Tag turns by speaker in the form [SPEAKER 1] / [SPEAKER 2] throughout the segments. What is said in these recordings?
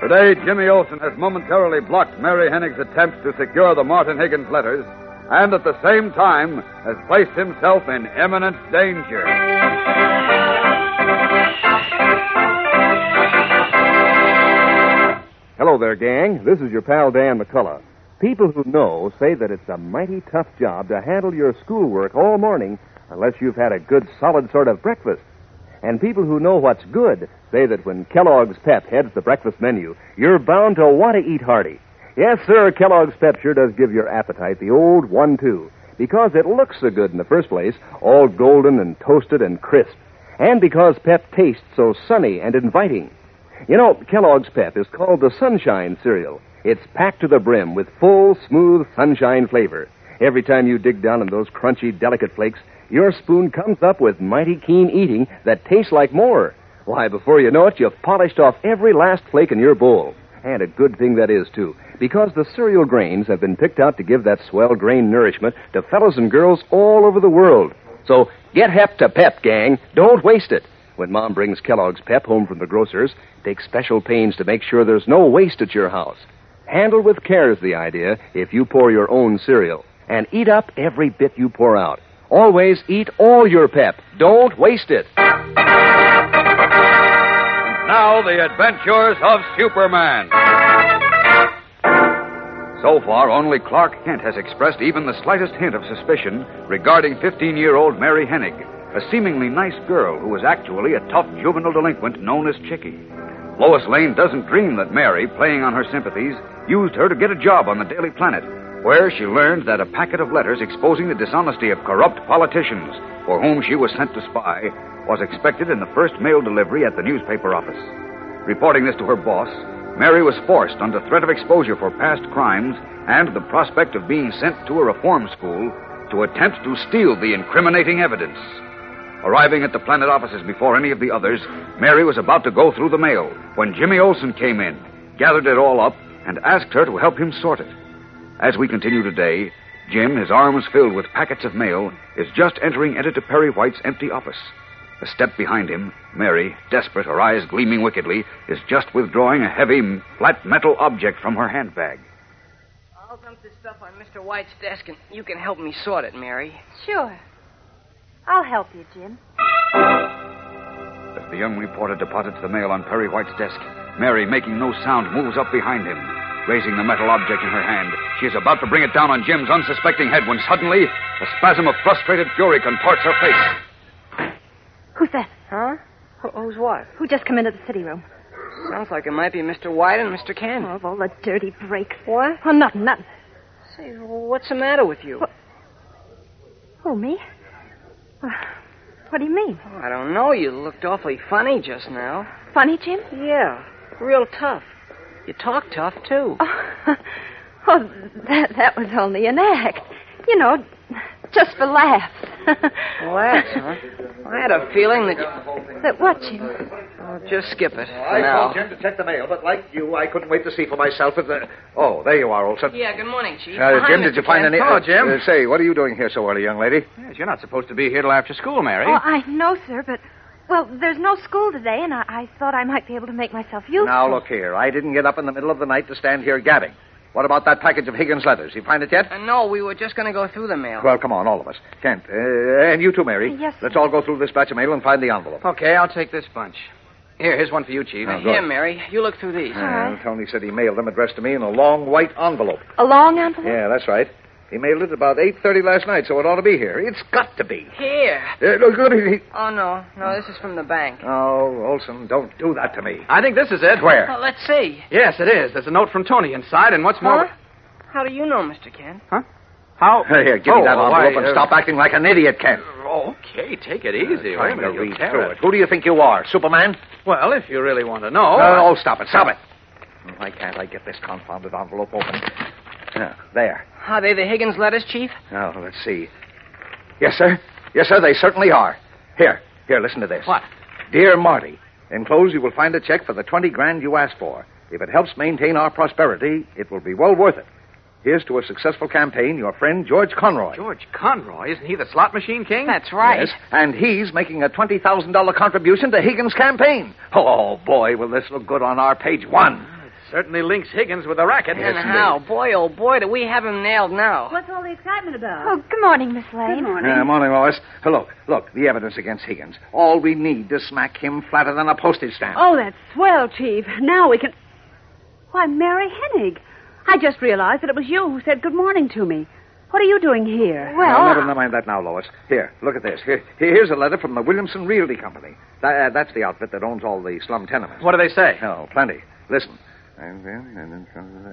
[SPEAKER 1] Today, Jimmy Olsen has momentarily blocked Mary Hennig's attempts to secure the Martin Higgins letters and at the same time has placed himself in imminent danger.
[SPEAKER 2] Hello there, gang. This is your pal Dan McCullough. People who know say that it's a mighty tough job to handle your schoolwork all morning unless you've had a good, solid sort of breakfast. And people who know what's good say that when Kellogg's Pep heads the breakfast menu, you're bound to want to eat hearty. Yes, sir, Kellogg's Pep sure does give your appetite the old one-two because it looks so good in the first place, all golden and toasted and crisp, and because Pep tastes so sunny and inviting. You know, Kellogg's Pep is called the Sunshine cereal. It's packed to the brim with full, smooth sunshine flavor. Every time you dig down in those crunchy, delicate flakes, your spoon comes up with mighty keen eating that tastes like more. Why, before you know it, you've polished off every last flake in your bowl. And a good thing that is, too, because the cereal grains have been picked out to give that swell grain nourishment to fellows and girls all over the world. So get hep to pep, gang. Don't waste it. When Mom brings Kellogg's Pep home from the grocer's, take special pains to make sure there's no waste at your house. Handle with care is the idea if you pour your own cereal. And eat up every bit you pour out. Always eat all your Pep. Don't waste it.
[SPEAKER 1] Now, the adventures of Superman. So far, only Clark Kent has expressed even the slightest hint of suspicion regarding 15 year old Mary Hennig, a seemingly nice girl who was actually a tough juvenile delinquent known as Chicky. Lois Lane doesn't dream that Mary, playing on her sympathies, used her to get a job on the Daily Planet, where she learned that a packet of letters exposing the dishonesty of corrupt politicians for whom she was sent to spy was expected in the first mail delivery at the newspaper office. Reporting this to her boss, Mary was forced under threat of exposure for past crimes and the prospect of being sent to a reform school to attempt to steal the incriminating evidence. Arriving at the planet offices before any of the others, Mary was about to go through the mail when Jimmy Olsen came in, gathered it all up, and asked her to help him sort it. As we continue today, Jim, his arms filled with packets of mail, is just entering Editor Perry White's empty office. A step behind him, Mary, desperate, her eyes gleaming wickedly, is just withdrawing a heavy, flat metal object from her handbag.
[SPEAKER 3] I'll dump this stuff on Mr. White's desk, and you can help me sort it, Mary.
[SPEAKER 4] Sure. I'll help you, Jim.
[SPEAKER 1] As the young reporter deposits the mail on Perry White's desk, Mary, making no sound, moves up behind him.
[SPEAKER 2] Raising the metal object in her hand, she is about to bring it down on Jim's unsuspecting head when suddenly a spasm of frustrated fury contorts her face.
[SPEAKER 4] Who's that?
[SPEAKER 3] Huh? Who- Who's what?
[SPEAKER 4] Who just come into the city room?
[SPEAKER 3] Sounds like it might be Mr. White and Mr. Cannon.
[SPEAKER 4] Oh, of all the dirty breaks.
[SPEAKER 3] What?
[SPEAKER 4] Oh, nothing, nothing.
[SPEAKER 3] Say, what's the matter with you?
[SPEAKER 4] What? Who, me? Uh, What do you mean?
[SPEAKER 3] Oh, I don't know. You looked awfully funny just now.
[SPEAKER 4] Funny, Jim?
[SPEAKER 3] Yeah, real tough. You talk tough, too.
[SPEAKER 4] Oh, oh that, that was only an act. You know, just for laughs.
[SPEAKER 3] Laughs, huh? I had a feeling that you...
[SPEAKER 4] That what, Jim?
[SPEAKER 3] Oh, just skip it.
[SPEAKER 1] I
[SPEAKER 3] For
[SPEAKER 1] called
[SPEAKER 3] now.
[SPEAKER 1] Jim to check the mail, but like you, I couldn't wait to see for myself if the. Oh, there you are, Olson.
[SPEAKER 3] Yeah, good morning, Chief.
[SPEAKER 1] Uh,
[SPEAKER 3] Hi,
[SPEAKER 1] Jim, did
[SPEAKER 3] Mr.
[SPEAKER 1] you find
[SPEAKER 3] Cannon.
[SPEAKER 1] any?
[SPEAKER 5] Hello,
[SPEAKER 1] uh,
[SPEAKER 5] Jim.
[SPEAKER 1] uh, say, what are you doing here so early, young lady?
[SPEAKER 5] Yes, you're not supposed to be here till after school, Mary.
[SPEAKER 4] Oh, I know, sir, but, well, there's no school today, and I, I thought I might be able to make myself useful.
[SPEAKER 1] Now look here. I didn't get up in the middle of the night to stand here gabbing. What about that package of Higgins letters? You find it yet?
[SPEAKER 3] Uh, no, we were just going to go through the mail.
[SPEAKER 1] Well, come on, all of us. Kent, uh, and you too, Mary.
[SPEAKER 4] Yes, sir.
[SPEAKER 1] Let's all go through this batch of mail and find the envelope.
[SPEAKER 5] Okay, I'll take this bunch. Here, here's one for you, Chief.
[SPEAKER 1] Oh, good.
[SPEAKER 3] Here, Mary, you look through these.
[SPEAKER 1] Uh, Tony said he mailed them addressed to me in a long white envelope.
[SPEAKER 4] A long envelope?
[SPEAKER 1] Yeah, that's right. He mailed it about eight thirty last night, so it ought to be here. It's got to be.
[SPEAKER 3] Here.
[SPEAKER 1] Uh, look, look, he-
[SPEAKER 3] Oh, no. No, this is from the bank.
[SPEAKER 1] Oh, Olson, don't do that to me.
[SPEAKER 5] I think this is it. Where?
[SPEAKER 3] Well, let's see.
[SPEAKER 5] Yes, it is. There's a note from Tony inside, and what's more,
[SPEAKER 3] Huh? How do you know, Mr. Kent?
[SPEAKER 5] how?
[SPEAKER 1] Hey, here, give me
[SPEAKER 5] Oh,
[SPEAKER 1] that envelope
[SPEAKER 5] why,
[SPEAKER 1] and
[SPEAKER 5] uh,
[SPEAKER 1] stop acting like an idiot, Kent.
[SPEAKER 5] Okay, take it easy. Wait a
[SPEAKER 1] Trying to
[SPEAKER 5] minute, you
[SPEAKER 1] read through
[SPEAKER 5] carrot.
[SPEAKER 1] it. Who do you think you are, Superman?
[SPEAKER 5] Well, if you really want to know.
[SPEAKER 1] Oh,
[SPEAKER 3] Uh,
[SPEAKER 5] I-
[SPEAKER 1] oh, stop it, stop it. Why can't I get this confounded envelope open? Yeah, there.
[SPEAKER 3] Are they the Higgins letters, Chief?
[SPEAKER 1] Now, let's see. Yes, sir. Yes, sir, they certainly are. Here, here, listen to this.
[SPEAKER 5] What?
[SPEAKER 1] Dear Marty, enclosed you will find a check for the 20 grand you asked for. If it helps maintain our prosperity, it will be well worth it. Here's to a successful campaign, your friend George Conroy.
[SPEAKER 5] George Conroy, isn't he the slot machine king?
[SPEAKER 3] That's right.
[SPEAKER 1] Yes, and he's making a $20,000 contribution to Higgins' campaign. Oh, boy, will this look good on our page one.
[SPEAKER 5] Certainly links Higgins with the racket.
[SPEAKER 3] And how? Boy, oh, boy, do we have him nailed now.
[SPEAKER 6] What's all the excitement about?
[SPEAKER 4] Oh, good morning, Miss Lane.
[SPEAKER 1] Uh, morning, Lois. Oh, look, look, the evidence against Higgins. All we need to smack him flatter than a postage stamp.
[SPEAKER 6] Oh, that's swell, Chief. Now we can. Why, Mary Hennig. I just realized that it was you who said good morning to me. What are you doing here?
[SPEAKER 4] Well,
[SPEAKER 1] No, never mind that now, Lois. Here, look at this. Here, here's a letter from the Williamson Realty Company. Tha- uh, that's the outfit that owns all the slum tenements.
[SPEAKER 5] What do they say?
[SPEAKER 1] Oh, plenty. Listen. And in,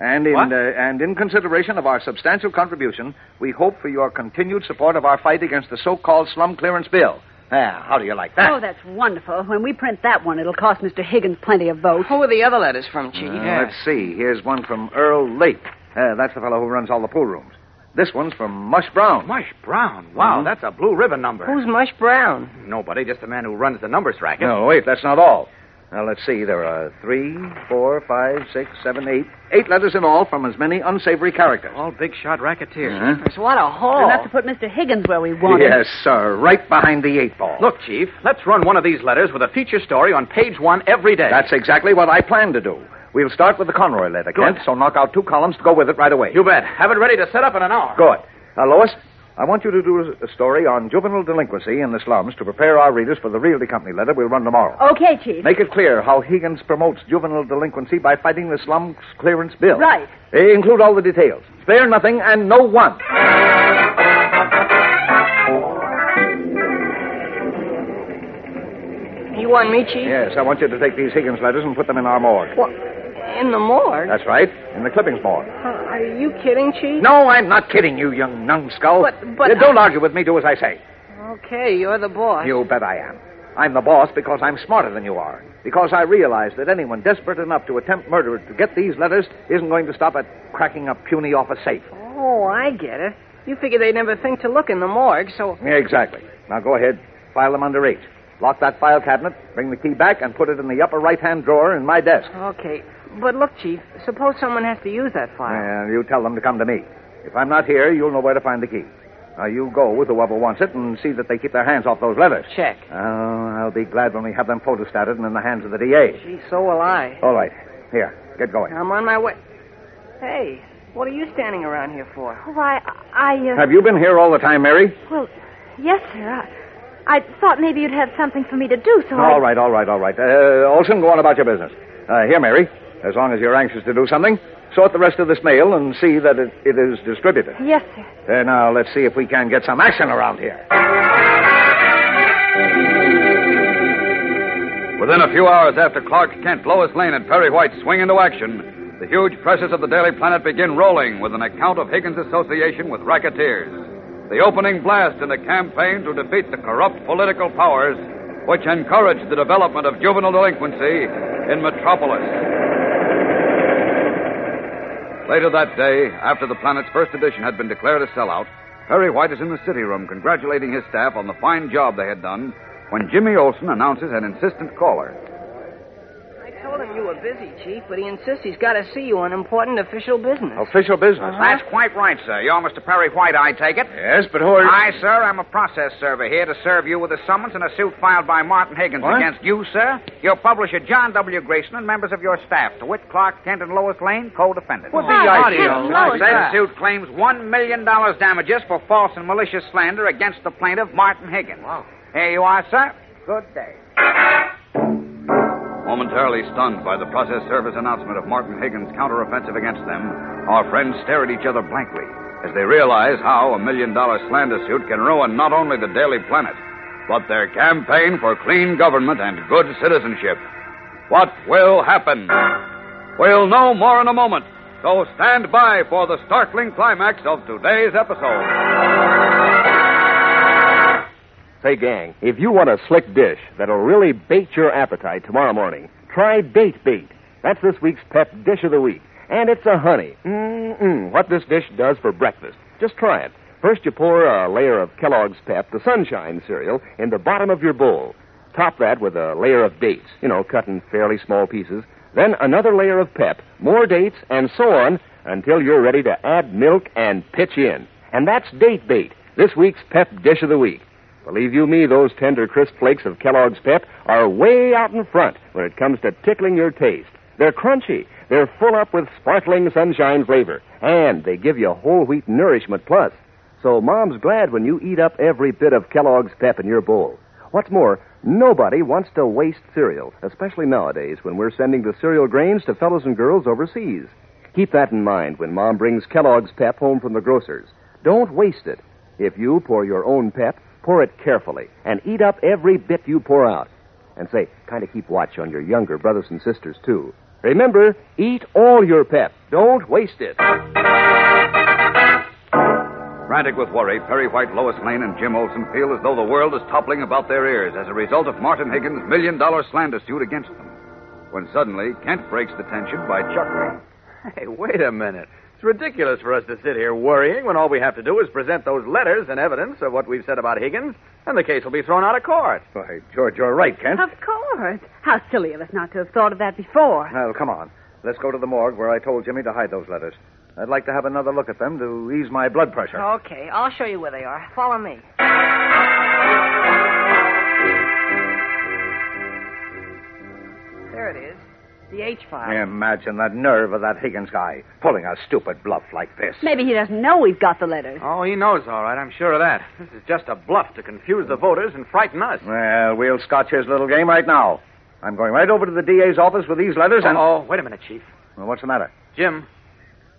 [SPEAKER 1] and in,
[SPEAKER 5] What?
[SPEAKER 1] uh, and in consideration of our substantial contribution, we hope for your continued support of our fight against the so-called slum clearance bill. Ah, how do you like that?
[SPEAKER 6] Oh, that's wonderful. When we print that one, it'll cost Mr. Higgins plenty of votes.
[SPEAKER 3] Who are the other letters from, Chief?
[SPEAKER 1] Uh, Let's see. Here's one from Earl Lake. Uh, that's the fellow who runs all the pool rooms. This one's from Mush Brown.
[SPEAKER 5] Mush Brown. Wow,
[SPEAKER 1] Mhm.
[SPEAKER 5] that's a blue ribbon number.
[SPEAKER 3] Who's Mush Brown?
[SPEAKER 5] Nobody, just the man who runs the numbers racket.
[SPEAKER 1] No, wait, that's not all. Now, let's see. There are three, four, five, six, seven, eight. Eight letters in all from as many unsavory characters. Uh-huh.
[SPEAKER 5] All big shot racketeers.
[SPEAKER 3] Goodness, What a haul.
[SPEAKER 6] Enough to put Mr. Higgins where we want him.
[SPEAKER 1] Yes, sir. Right behind the eight ball.
[SPEAKER 5] Look, Chief, let's run one of these letters with a feature story on page one every day.
[SPEAKER 1] that's exactly what I plan to do. We'll start with the Conroy letter, Kent,
[SPEAKER 5] Good.
[SPEAKER 1] so knock out two columns to go with it right away.
[SPEAKER 5] You bet. Have it ready to set up in an hour.
[SPEAKER 1] Good. Now, Lois, I want you to do a story on juvenile delinquency in the slums to prepare our readers for the Realty Company letter we'll run tomorrow.
[SPEAKER 6] Okay, Chief.
[SPEAKER 1] Make it clear how Higgins promotes juvenile delinquency by fighting the slums clearance bill.
[SPEAKER 6] Right.
[SPEAKER 1] They include all the details. Spare nothing and no one.
[SPEAKER 3] You want me, Chief?
[SPEAKER 1] Yes, I want you to take these Higgins letters and put them in our morgue.
[SPEAKER 3] What? In the morgue?
[SPEAKER 1] That's right, in the clippings morgue.
[SPEAKER 3] Uh, are you kidding, Chief?
[SPEAKER 1] No, I'm not kidding you, young numbskull.
[SPEAKER 3] But- but
[SPEAKER 1] You don't argue with me. Do as I say.
[SPEAKER 3] Okay, you're the boss.
[SPEAKER 1] You bet I am. I'm the boss because I'm smarter than you are. Because I realize that anyone desperate enough to attempt murder to get these letters isn't going to stop at cracking a puny office safe.
[SPEAKER 3] Oh, I get it. You figure they never think to look in the morgue, so.
[SPEAKER 1] Yeah, exactly. Now go ahead, file them under eight. Lock that file cabinet, bring the key back, and put it in the upper right-hand drawer in my desk.
[SPEAKER 3] Okay. But look, Chief, suppose someone has to use that file.
[SPEAKER 1] And you tell them to come to me. If I'm not here, you'll know where to find the key. Now, you go with whoever wants it and see that they keep their hands off those letters.
[SPEAKER 3] Check.
[SPEAKER 1] Oh, I'll be glad when we have them photostated and in the hands of the DA.
[SPEAKER 3] Gee, so will I.
[SPEAKER 1] All right. Here, get going.
[SPEAKER 3] I'm on my way. Hey, what are you standing around here for?
[SPEAKER 4] why, I, uh,
[SPEAKER 1] Have you been here all the time, Mary?
[SPEAKER 4] well, yes, sir. I, I thought maybe you'd have something for me to do, so I.
[SPEAKER 1] All right, all right, all right. Uh, Olson, go on about your business. Uh, here, Mary, as long as you're anxious to do something,
[SPEAKER 7] Sort the rest of this mail and see that it, it is distributed.
[SPEAKER 8] Yes, sir.
[SPEAKER 7] Uh, now, let's see if we can get some action around here.
[SPEAKER 2] Within a few hours after Clark Kent, Lois Lane, and Perry White swing into action, the huge presses of the Daily Planet begin rolling with an account of Higgins' association with racketeers. The opening blast in the campaign to defeat the corrupt political powers which encouraged the development of juvenile delinquency in Metropolis. Later that day, after the planet's first edition had been declared a sellout, Perry White is in the city room congratulating his staff on the fine job they had done when Jimmy Olsen announces an insistent caller.
[SPEAKER 9] I told him you were busy, Chief, but he insists he's got to see you on important official business.
[SPEAKER 7] Official business.
[SPEAKER 9] Uh-huh.
[SPEAKER 10] That's quite right, sir. You're Mr. Perry White, I take it.
[SPEAKER 7] Yes, but who are you-
[SPEAKER 10] I, sir, I'm a process server here to serve you with a summons and a suit filed by Martin Higgins
[SPEAKER 7] What?
[SPEAKER 10] against you, sir, your publisher, John W. Grayson, and members of your staff, to wit, Clark Kent and Lois Lane, co-defendants.
[SPEAKER 7] Well, the Clark idea. Kent and Lois,
[SPEAKER 10] That
[SPEAKER 7] sir.
[SPEAKER 10] suit claims $1 million damages for false and malicious slander against the plaintiff, Martin Higgins. Wow. Here you are, sir. Good day.
[SPEAKER 2] Momentarily stunned by the process service announcement of Martin Higgins' counteroffensive against them, our friends stare at each other blankly as they realize how a million dollar slander suit can ruin not only the Daily Planet, but their campaign for clean government and good citizenship. What will happen? We'll know more in a moment, so stand by for the startling climax of today's episode.
[SPEAKER 1] Say, gang, if you want a slick dish that'll really bait your appetite tomorrow morning, try Date Bait. That's this week's pep dish of the week. And it's a honey. Mm-mm. What this dish does for breakfast. Just try it. First, you pour a layer of Kellogg's Pep, the sunshine cereal, in the bottom of your bowl. Top that with a layer of dates, you know, cut in fairly small pieces. Then another layer of Pep, more dates, and so on until you're ready to add milk and pitch in. And that's Date Bait, this week's pep dish of the week. Believe you me, those tender, crisp flakes of Kellogg's Pep are way out in front when it comes to tickling your taste. They're crunchy, they're full up with sparkling sunshine flavor, and they give you whole wheat nourishment plus. So mom's glad when you eat up every bit of Kellogg's Pep in your bowl. What's more, nobody wants to waste cereal, especially nowadays when we're sending the cereal grains to fellows and girls overseas. Keep that in mind when mom brings Kellogg's Pep home from the grocer's. Don't waste it. If you pour your own pep, pour it carefully and eat up every bit you pour out. And say, kind of keep watch on your younger brothers and sisters, too. Remember, eat all your pep. Don't waste it.
[SPEAKER 2] Frantic with worry, Perry White, Lois Lane, and Jim Olsen feel as though the world is toppling about their ears as a result of Martin Higgins' million dollar slander suit against them. When suddenly, Kent breaks the tension by chuckling.
[SPEAKER 5] Hey, wait a minute. It's ridiculous for us to sit here worrying when all we have to do is present those letters and evidence of what we've said about Higgins, and the case will be thrown out of court.
[SPEAKER 7] Why, George, you're right, Kent.
[SPEAKER 4] Of course. How silly of us not to have thought of that before.
[SPEAKER 7] Well, come on. Let's go to the morgue where I told Jimmy to hide those letters. I'd like to have another look at them to ease my blood pressure.
[SPEAKER 9] Okay, I'll show you where they are. Follow me. There it is. The H file.
[SPEAKER 7] Imagine that nerve of that Higgins guy pulling a stupid bluff like this.
[SPEAKER 4] Maybe he doesn't know we've got the letters.
[SPEAKER 5] Oh, he knows all right. I'm sure of that. This is just a bluff to confuse the voters and frighten us.
[SPEAKER 7] Well, we'll scotch his little game right now. I'm going right over to the DA's office with these letters and.
[SPEAKER 5] Oh, wait a minute, Chief.
[SPEAKER 7] Well, what's the matter?
[SPEAKER 5] Jim,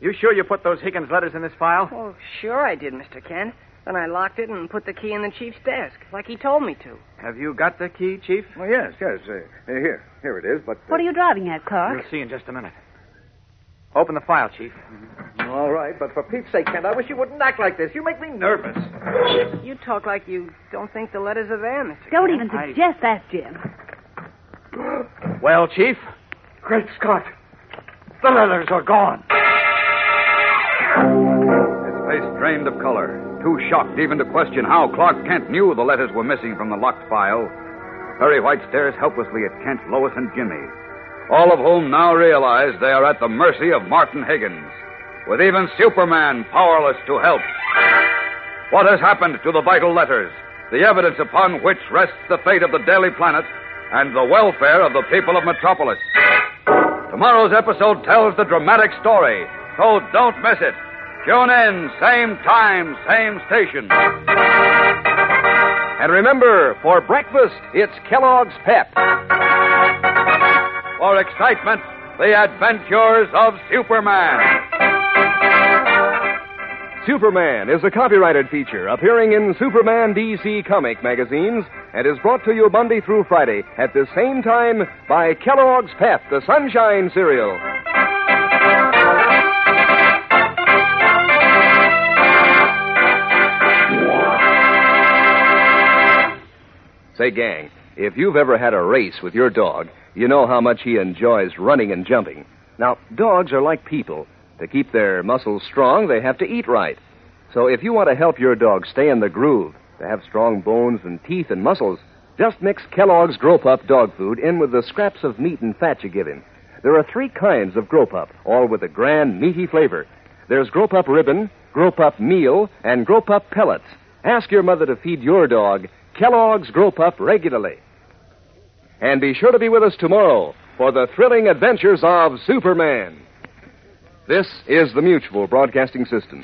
[SPEAKER 5] you sure you put those Higgins letters in this file?
[SPEAKER 9] Oh, sure I did, Mr. Kent. Then I locked it and put the key in the chief's desk, like he told me to.
[SPEAKER 5] Have you got the key, Chief?
[SPEAKER 7] Well, yes, yes. Uh, here, here it is. But uh,
[SPEAKER 4] What are you driving at, Clark?
[SPEAKER 5] You'll see in just a minute. Open the file, Chief.
[SPEAKER 7] all right, but for Pete's sake, Kent, I wish you wouldn't act like this. You make me nervous.
[SPEAKER 9] You talk like you don't think the letters are there, Mr.
[SPEAKER 4] Don't
[SPEAKER 9] Kent.
[SPEAKER 4] even suggest that, Jim.
[SPEAKER 5] Well, Chief?
[SPEAKER 7] Great Scott!
[SPEAKER 5] The letters are gone.
[SPEAKER 2] His face drained of color, too shocked even to question how Clark Kent knew the letters were missing from the locked file. Perry White stares helplessly at Kent, Lois, and Jimmy, all of whom now realize they are at the mercy of Martin Higgins, with even Superman powerless to help. What has happened to the vital letters, the evidence upon which rests the fate of the Daily Planet and the welfare of the people of Metropolis? Tomorrow's episode tells the dramatic story, so don't miss it. Tune in, same time, same station.
[SPEAKER 1] And remember, for breakfast, it's Kellogg's Pep.
[SPEAKER 2] For excitement, The Adventures of Superman.
[SPEAKER 1] Superman is a copyrighted feature appearing in Superman DC comic magazines and is brought to you Monday through Friday at the same time by Kellogg's Pep, the Sunshine Cereal. Say, gang, if you've ever had a race with your dog, you know how much he enjoys running and jumping. Now, dogs are like people. To keep their muscles strong, they have to eat right. So if you want to help your dog stay in the groove, to have strong bones and teeth and muscles, just mix Kellogg's Grow Pup dog food in with the scraps of meat and fat you give him. There are three kinds of Grow Pup, all with a grand, meaty flavor. There's Grow Pup Ribbon, Grow Pup Meal, and Grow Pup Pellets. Ask your mother to feed your dog Kellogg's Grow Pup regularly. And be sure to be with us tomorrow for the thrilling adventures of Superman. This is the Mutual Broadcasting System.